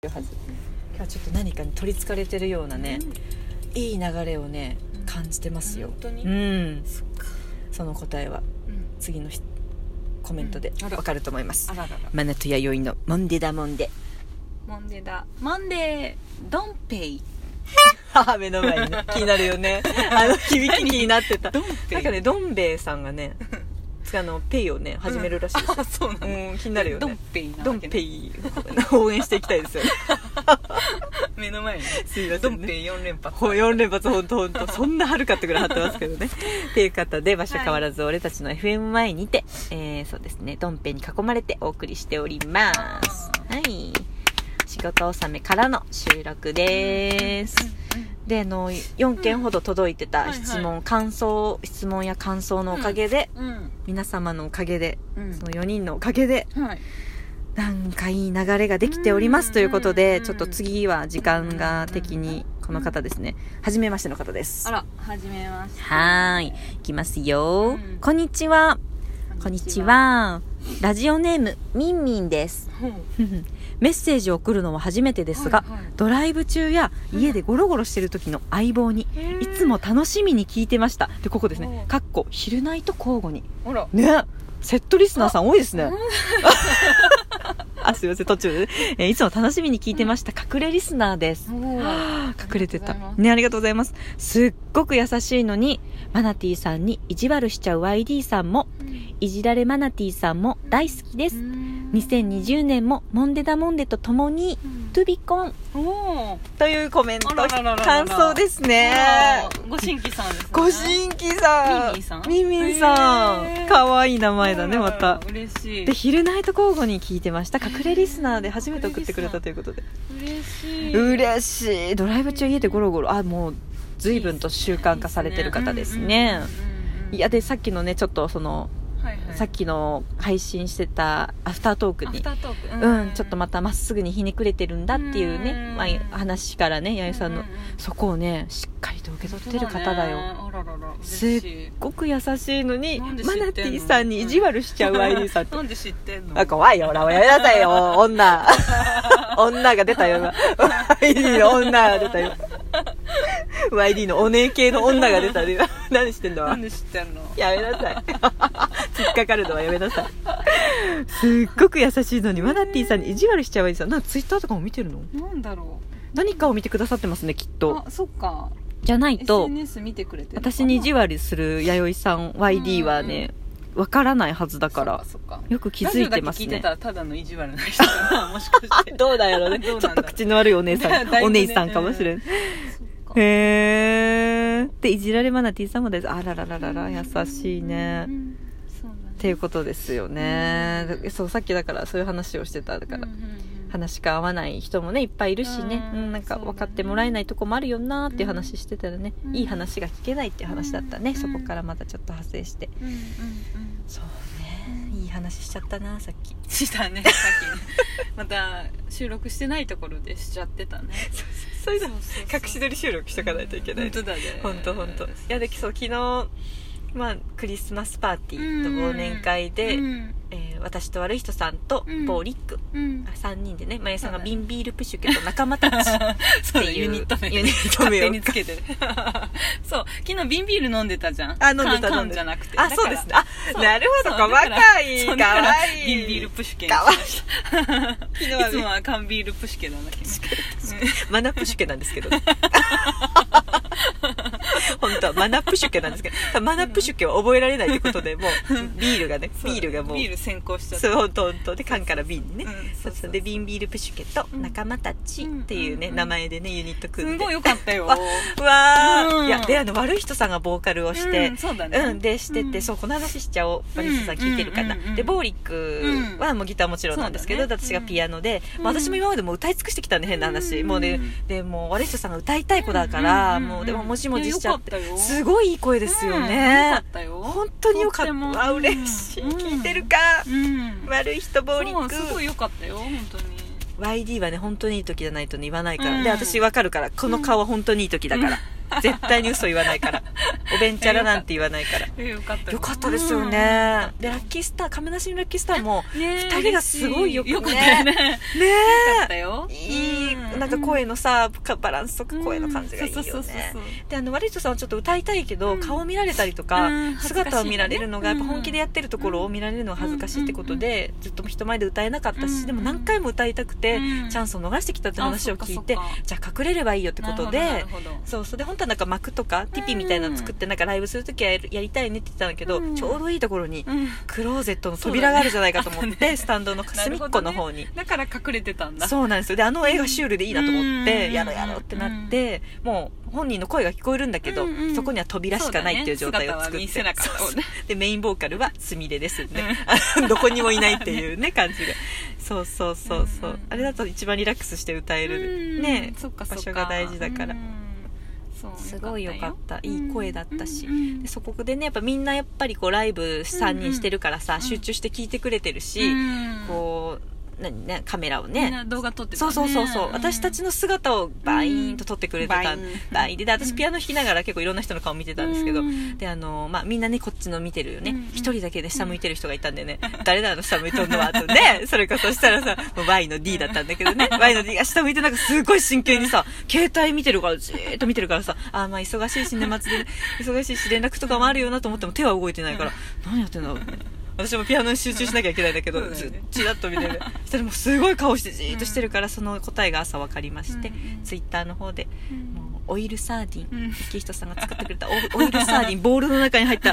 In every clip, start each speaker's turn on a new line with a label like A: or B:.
A: るはず今日はちょっと何かに取りつかれてるようなね、いい流れをね感じてますよ
B: 本当に
A: うん
B: そっか、
A: その答えは
B: うん、
A: 次のひコメントで
B: うんあら
A: わかると思います、
B: あららら
A: マナと弥生のモンデダモンデ
B: モンデだマンデードンペイ
A: 目の前にね気になるよ ねあの響き気になってた
B: ドン
A: なんかねどん兵衛さんがねあのペイをね始めるらしい ですよ
B: あそうなの、
A: うん、気になるよ
B: ドン
A: ね
B: ペイな
A: ド
B: わ
A: ン
B: けね
A: ペイを応援していきたいですよね
B: 目の前にね
A: すいませ
B: ド
A: ん
B: ン
A: ね
B: ペイ4連発
A: ほ4連発ほんとほんとそんなはるかってぐらい張ってますけどね っていう方で場所変わらず俺たちの FM 前にて、えー、そうですねドンペイに囲まれてお送りしておりますはい仕事納めからの収録です、であの4件ほど届いてた質問、
B: うんはい
A: 感想質問や感想のおかげで、
B: うんうん
A: 皆様のおかげで
B: うん
A: その4人のおかげで
B: うんはい
A: なんかいい流れができておりますということ
B: う
A: で
B: ん
A: ちょっと次は時間が的にこの方ですね初めましての方です
B: あ
A: は
B: ら始めまして
A: ーいいきますよ、
B: うん
A: こんにちはこんにちはラジオネームみんみんです
B: ほう
A: メッセージを送るのは初めてですが、
B: はいはい
A: ドライブ中や家でゴロゴロしてる時の相棒に
B: へー
A: いつも楽しみに聞いてましたでここですね
B: お
A: かっこ昼ナイと交互に
B: ほら
A: ねセットリスナーさん多いですね。 あ、すいません、途中でね、えーいつも楽しみに聞いてました、隠れリスナーです。
B: おー
A: はあ隠れてた
B: ありがとうござい。ます
A: ね、ありがとうございます。すっごく優しいのに、マナティさんに意地悪しちゃう YD さんも、いじられマナティさんも大好きで
B: う
A: す。
B: ん
A: 2020年もモンデダモンデと共に、
B: うん
A: トゥビコン
B: おー
A: というコメント、
B: あららららら
A: 感想ですね
B: あ。ーご新規さんですね
A: ご新規さん。
B: ミンミ
A: ミンミ
B: ンさん
A: ンさ
B: へ
A: ん。
B: ー
A: 可愛い名前だね、ま
B: あら
A: た
B: らら。嬉しい
A: で「昼ナイト交互に聞いてました隠れリスナーで初めて送ってくれたということで
B: 嬉しい
A: 嬉しいドライブ中家でゴロゴロあもう随分と習慣化されてる方ですねいやでさっきのねちょっとそのさっ
B: き
A: きの配信してたアフタートーク
B: アフ
A: に
B: タートーク
A: うんちょっとまたまっすぐにひねくれてるんだっていう
B: う
A: ね
B: ん
A: まあ話からね弥生さん
B: う
A: の
B: う
A: そこをねしっかりと受け取ってる方だよ
B: そうねあららら嬉
A: す
B: し
A: っ
B: い
A: ごく優しいのに
B: なんで知っ
A: マ
B: てんの
A: ナティさんに意地悪しちゃう YD さんって
B: なんで知ってんの
A: あ、怖いよ、ほら、やめなさいよ、女。 女が出たよ、今。YD の女が出たよ。YD のお姉系の女が出たよ、今。何してんだ
B: な
A: わ
B: ん。で知ってんの
A: やめなさい。突っかかるのはやめなさい。すっごく優しいのに、マナティさんに意地悪しちゃうわいさん。なんかツイッターとかも見てるの
B: なんだろ
A: 何かを見てくださってますね、きっ
B: う
A: と。
B: あそっか
A: じゃないと、
B: SNS 見てくれてるのかな
A: 私に意地悪する弥生さん、YD はね、わからないはずだから、
B: そっかそっか
A: よく気づいてます
B: ラジオだけ聞いて
A: ね
B: た。らただの意地悪な人だなもしか して
A: どうだよね。ち
B: ど
A: ょ
B: う
A: っ
B: なんだ
A: と口の悪いお姉 さ
B: だい
A: ん、
B: ぶね
A: お姉さんかもしれん。
B: そっか
A: へー。で、いじられマナティーさんもです。あららららら、優しいね
B: う。んそうだね
A: っていうことですよね
B: う。ん
A: そう、さっきだからそういう話をしてた。だから
B: うん、うんうん
A: 話が合わない人もね、いっぱいいるしね。
B: う
A: うんん、なんか
B: そうだね
A: 分かってもらえないとこもあるよなーっていう話してたらね
B: う、ん
A: いい話が聞けないっていう話だった
B: う
A: ね。
B: ん
A: そこからまたちょっと派生して。
B: うんうんうん
A: そうね。いい話しちゃったな、さっき。
B: し たねさっきねまた収録してないところでしちゃってたね
A: そういうの、
B: そうそう
A: 隠し撮り収録しとかないといけない
B: 本。当だね
A: 本当本当いやでそう昨日まあクリスマスパーティーと
B: うん
A: 忘年会で、
B: うん
A: えー私と悪い人さんと
B: うん
A: ボーリック、
B: うん
A: あ3人でねまゆさんが
B: そうだね
A: ビンビールプシュケと仲間 たち
B: そう
A: っ
B: だ
A: ていう
B: ユニット名
A: ユニット
B: 勝
A: 名
B: 手
A: を
B: につ けてるそう昨日瓶ビール飲んでたじゃん
A: あ飲んでた飲
B: 缶
A: んでた
B: 缶じゃなくて
A: あそうですね
B: ねそ
A: あ
B: う
A: なるほど
B: そうだ
A: 細
B: から
A: かい
B: そう
A: か
B: だから
A: わいい
B: 瓶ビールプシュケン
A: かわいい昨日
B: いつも
A: は
B: は缶ビールプシュケなんだけど
A: マナプシュケなんですけ どね本当はマナプシュケなんですけどただマナプシュケは覚えられないってことでも うビールがねビールがもう
B: ビール先行しちゃった
A: そう本当本当で缶から瓶にね、
B: うん
A: そ
B: そうう
A: そ
B: そうう
A: で瓶ビールプシュケと仲間たちっていうね、
B: うんうん
A: 名前でねユニット組
B: す
A: んで
B: ごい良かったよ
A: わ うわー、
B: うん
A: いやであの悪い人さんがボーカルをして
B: うん、そうだね
A: うん、でしてて、そうこの話しちゃおう悪い人さん聞いてるかな、
B: うんうんうんうん
A: でボーリックはもうギターもちろんなんですけど、
B: そうだ
A: で
B: ね
A: 私がピアノで、
B: うん
A: まあ、私も今までもう歌い尽くしてきたんで変な話、
B: うん
A: もうねでもう悪い人さんが歌いたい子だから、
B: うんうんうん
A: もうでももしもじしちゃって
B: いやよかったよ
A: すごいいい声ですよ
B: うん良か
A: ね
B: っ、たよ
A: 本当によかった
B: とても
A: あ嬉しい、
B: うん
A: 聞いてるか、
B: うん
A: 悪い人ボーリック
B: そうすごい良かったよ本当に
A: YD はね本当にいい時じゃないとね言わないから、
B: うん
A: で私わかるからこの顔は本当にいい時だから、絶対に嘘言わないからおべんちゃらなんて言わない から
B: えよかった
A: よかったですよね、でラッキースター亀梨のラッキースターも
B: うんねえ
A: 二人がすごいよくね
B: 嬉しいよかったよね
A: ね
B: よかった
A: え
B: よ
A: いい、
B: う
A: なんか声のさかバランスとか声の感じがいいよ
B: うんそうそうそう
A: ね
B: そう
A: であの悪い人さんはちょっと歌いたいけど、
B: うん
A: 顔見られたりとか、
B: うん恥ずかしいね
A: 姿を見られるのがやっぱ本気でやってるところを
B: うん
A: 見られるのが恥ずかしいってことで、ずっと人前で歌えなかったし、
B: うん
A: でも何回も歌いたくて、
B: うん
A: チャンスを逃してきたって話を聞いて
B: あそっかそっか
A: じゃあ隠れればいいよってこと
B: な
A: で
B: るほどなるほど
A: そうそうで本当はなんか幕とかティピみたいなの作ってなんかライブするときはやるやりたいねって言ってたんだけど、
B: うん
A: ちょうどいいところに
B: うん
A: クローゼットの扉があるじゃないかと思って、スタンドの
B: な
A: 隅
B: る
A: っこ
B: ほど
A: の
B: ね
A: 方に。
B: だから隠れてたんだ
A: そうなんですよであの映画シュールでいいなと思って
B: うん
A: やろうやろうってなってもう本人の声が聞こえるんだけど
B: うんうん
A: そこには扉しかないっていう状態を作って
B: そうだね姿は見せなかったもん
A: そう
B: ね
A: そうでメインボーカルはすみれですよねどこにもいないっていうね感じがそうそうそうそう
B: うんうん
A: あれだと一番リラックスして歌え
B: う
A: る
B: ん
A: ね
B: そっかそっか
A: 場所が大事だから
B: うんそう
A: すごいよかった
B: よ
A: いい声だったし
B: うんうんうん
A: でそこでねやっぱみんなやっぱりこうライブ3人してるからさ
B: ん
A: 集中して聴いてくれてるし
B: うん
A: こう何ねカメラを
B: み
A: ね
B: んな動画撮ってた
A: そう
B: ね
A: そうそうそう、
B: ん
A: 私たちの姿をバイーンと撮ってくれてた、
B: うん
A: バイーンでで私
B: うん
A: ピアノ弾きながら結構いろんな人の顔見てたんですけど、
B: うん
A: であのまあ、みんなねこっちの見てるよね
B: うん
A: 一、人だけで下向いてる人がいたんでね、誰だあの下向いとんのはと ねそれかそしたらさもう Y の D だったんだけどね Y の D が下向いてなんかすごい真剣にさ携帯見てるからじーっと見てるからさあーまあ忙しいし年 末で忙しいし連絡とかもあるよなと思っても手は動いてないから、何やってんだろうね私もピアノに集中しなきゃいけないんだけど、
B: そうだよね
A: じらっと見て るそしたらもうすごい顔してじーっとしてるから、その答えが朝分かりまして、
B: うん
A: ツイッターの方で
B: うん
A: もうオイルサーディン、
B: うん
A: 池人さんが作ってくれたオオイルサー ディンボールの中に入った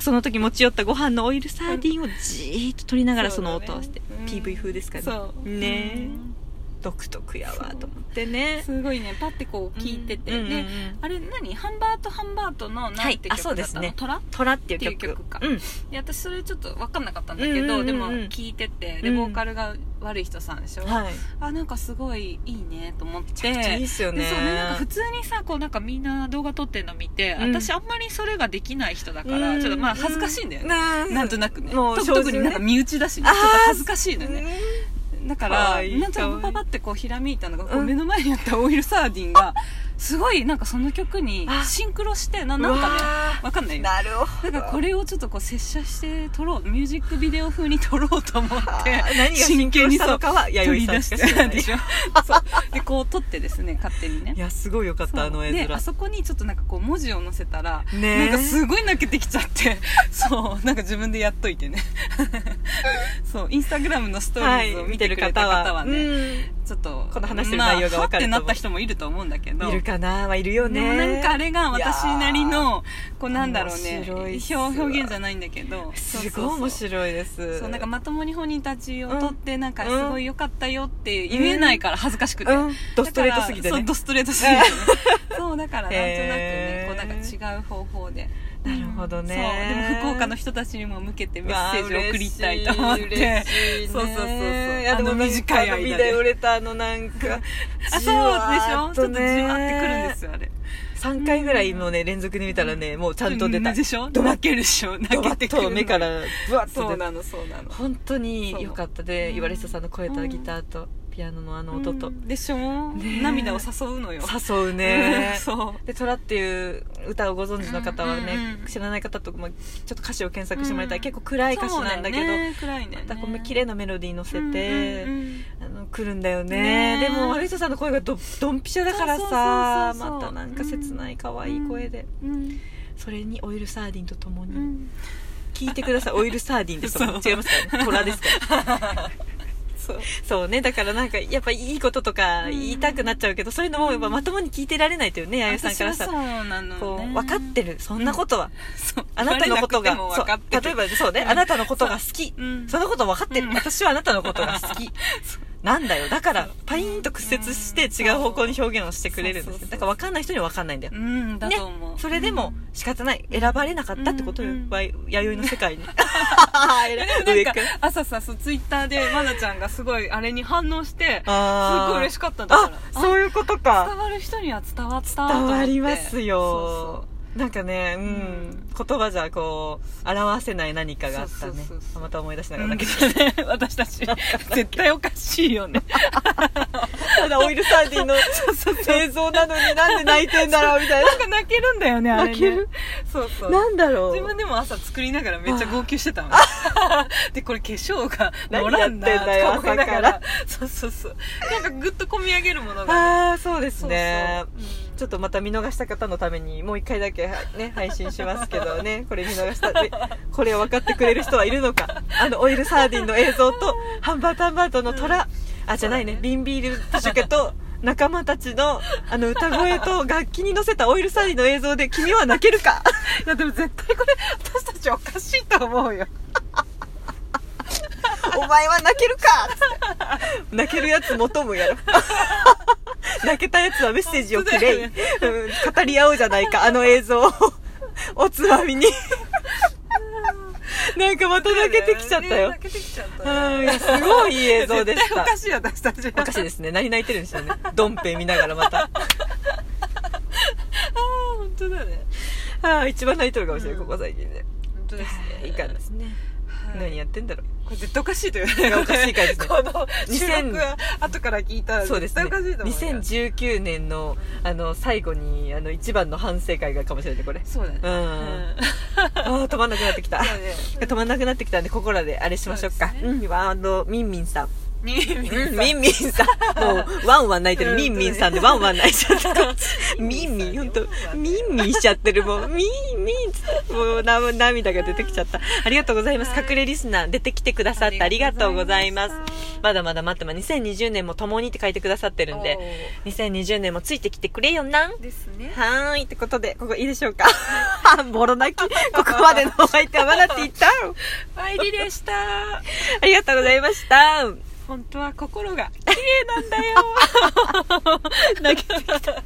A: その時持ち寄ったご飯のオイルサーディンをじーっと取りながらその音をして、
B: そうだねうん
A: PV 風ですかね
B: そう
A: ねえ、
B: うん
A: 独特やわと思ってね
B: すごいねパッてこう聞いてて、
A: うんうんうんう
B: で
A: ん
B: あれ何ハンバートハンバートの
A: は
B: 何
A: い
B: て
A: あ
B: 曲
A: そうで
B: だっ
A: す
B: た
A: ね
B: のトラ
A: 「トラ」っていう曲
B: っていう曲か
A: うん、
B: で私それちょっと分かんなかったんだけど、
A: うんうんうんうん
B: でも聞いててで
A: うん
B: ボーカルが悪い人さんでしょ、
A: はい
B: あなんかすごいいいねと思って
A: いいっすよね
B: でそうねなんか普通にさこうなんかみんな動画撮ってるの見て、
A: うん
B: 私あんまりそれができない人だから、
A: うん
B: ちょっとまあ恥ずかしいんだよね、
A: う
B: なんとなくね
A: もう
B: と
A: 正直ね
B: 特になんか身内だしね
A: あー
B: ちょっと恥ずかしいのよね
A: ね
B: だ
A: か
B: か
A: らわいい
B: なん
A: か
B: か
A: わいい
B: パパってこうひらめいたのがこう
A: うん
B: 目の前にあったオイルサーディンがすごいなんかその曲に
A: あ
B: シンクロしてななんかね
A: う
B: わかんないよ
A: なるほ
B: だ
A: ど
B: からこれをちょっとこう拙者して撮ろうミュージックビデオ風に撮ろうと思 って
A: あー何が真
B: 真
A: 剣
B: 剣
A: に
B: に
A: したのかは
B: 撮
A: 弥
B: り
A: 生
B: 出
A: さん
B: し
A: しか知ら
B: て
A: ない
B: で
A: い
B: しょ そうでこう撮ってですね勝手にね
A: やすごいよかったあの絵
B: で
A: 面
B: あそこにちょっとなんかこう文字を載せたら、
A: ねえ
B: なんかすごい泣けてきちゃって そうなんか自分でやっといてね そうインスタグラムのストーリーズを見てる方は,、ねちょっと
A: この話してる内容が分かると思う
B: まあはってなった人もいると思うんだけ
A: う
B: ど
A: ん、いるかな、まあ、いるよ
B: で
A: ね
B: もなんかあれが私なり
A: いや
B: のこうなんだろうね
A: 面白いっす
B: 表
A: わ
B: 表現じゃないんだけど
A: ーすごい面
B: い
A: 白いです
B: そうなんかまともに本人たちを撮ってなんか
A: うん
B: すごい良かったよって言えないから恥ずかしくて、
A: うんドストレートすぎて
B: だからそう
A: ね
B: ドストレートすぎてね そうだからなんとなく
A: へ
B: ね
A: ー
B: こうなんか違う方法で
A: なるほどね
B: そうでも福岡の人たちにも向けてメッセージを送りたいと思っ
A: わあ
B: て
A: 嬉しいね
B: そうそうそうそう
A: いやでも
B: あの短い間で
A: あのビデオレターのなん か
B: あそうでし
A: じわー
B: ょ
A: っ
B: ちょっ
A: と
B: とじ
A: ね
B: わってくるんですよあれ
A: 3回ぐらいのね連続で見たらねもうちゃんと出た
B: でしょ泣けるでし
A: ド
B: ょ泣
A: バ
B: け
A: ッ
B: てくる
A: と目からブワッと
B: そ
A: 出
B: う
A: た
B: なのそうなの
A: 本当に良かったで
B: そう
A: 岩下さんの声とギターとピアノのあの音と
B: でしょ
A: ねえ
B: 涙を誘 うのよ
A: 誘うね
B: うんそう
A: で「トラ」っていう歌をご存知の方はね、
B: うんうんうん
A: 知らない方と、まあ、ちょっと歌詞を検索してもらいたい、
B: うん
A: 結構暗い歌詞なんだけど
B: そうよね暗いね
A: またこう綺麗なメロディー乗せて、
B: うんうんうん
A: あの来るんだよね
B: ねえ
A: でも悪い人さんの声がどドンピシャだからさ
B: そうそうそうそ
A: また
B: う
A: なんか切ない可愛い声で、
B: うん
A: それにオイルサーディンとともに、
B: うん
A: 聞いてくださいオイルサーディ ンです
B: そう
A: 違いますからねトラですから
B: そう
A: そうねだからなんかやっぱいいこととか言いたくなっちゃうけど、そういうのもやっぱまともに聞いてられないというね弥生さんから
B: 私
A: さ
B: はそうなのね
A: こう分かってるそんなことは、
B: そう
A: あなたのことが
B: 言われなくても分かっ
A: そ
B: て
A: う
B: る
A: 例えばそうね、
B: うん
A: あなたのことが好き、
B: うん
A: そのこと分かってる、
B: うん
A: 私はあなたのことが好きなんだよだからパイーンと屈折して違う方向に表現をしてくれるんで
B: そう
A: す
B: そうそう
A: よだから分かんない人には分かんないんだよ、
B: うんだと思う、
A: それでも仕方ない選ばれなかったってことよ、
B: うん
A: わい弥生の世 界に
B: なん
A: 上か
B: か朝さそうツイッターで愛菜ちゃんがすごいあれに反応してす
A: あー
B: ごい嬉しかったんだから
A: あそういうことか
B: 伝わる人には伝わったと思って
A: 伝わりますよ
B: そう
A: なんかね、うん
B: うん
A: 言葉じゃこう表せない何かがあった
B: そうそ
A: ね
B: うそうそう
A: また思い出しなが
B: う
A: ら
B: ん
A: だけど、
B: ね私たち絶対おかしいよね
A: ただオイルサー ディンの映像なのになんで泣いてんだろうみたい
B: なんか泣けるんだよねあれね
A: 泣ける
B: そうそ
A: な
B: う
A: なんだろう
B: 自分でも朝作りながらめっちゃ号泣してたのでこれ化粧が乗らんな
A: 何や
B: と
A: ってんだよ
B: 思いなが
A: 朝から
B: そうそうそうなんかぐっとこみ上げるものが
A: ああそうですね
B: そうそううん
A: ちょっとまた見逃した方のためにもう一回だけね配信しますけどねこ れ見逃したでこれを分かってくれる人はいるのかあのオイルサーディンの映像とハンバートハンバートの虎、あじゃないね
B: そうだね
A: 瓶ビールとシュケと仲間たちのあの歌声と楽器に乗せたオイルサーディンの映像で君は泣けるか
B: いやでも絶対こ れ私たちおかしいと思うよ
A: お前は泣けるかつって 泣けるやつ求む やろ泣けたやつはメッセージをくれい、
B: 本
A: うん語り合おうじゃないかあの映 像をおつまみになんかまた泣けてきちゃったよ、
B: ね泣けてきちゃっ
A: う
B: たね
A: んいやすごいいい映像でし
B: 絶対
A: た
B: おかしいよ私たち
A: おかしいですね何泣いてるんでしょうねドンペイ見ながらま た
B: ああ本当だね
A: ああ一番泣いてるかもしれない、
B: うん
A: ここ最近で
B: 本当ですね
A: いかんですね、
B: はい
A: 何やってんだろう
B: これ絶対おかしいというね
A: いやおかしいからですね
B: この収録は後から聞いたら
A: そうで
B: 絶
A: すね
B: 対おかしいと思うよ
A: 2019年のあの最後にあの一番の反省会がかもしれないねこれ
B: そうだね
A: うん あー止まんなくなってき た
B: そうね
A: 止まんなくなってきたんでここらであれしましょうか
B: そう
A: う
B: で
A: んあのみんみんさん
B: みんみん
A: うん
B: さん
A: みんみんさ んもうワンワン泣いて
B: う
A: る
B: ん
A: みんみんさんでワンワン泣いちゃったこっ ちみんみんほんとみんみんしちゃってるもうみんみんつもうな涙が出てきちゃったありがとうございます隠れリスナー出てきてくださってありがとうございます
B: ありがとうございました
A: まだまだ待ってます2020年も共にって書いてくださってるんで2020年もついてきてくれよな
B: おーですね
A: はーいってことでここいいでしょうか ボロ泣きここまでのお相手はまだって言った
B: バイリでした
A: ありがとうございました
B: 本当は心が
A: 泣けてきた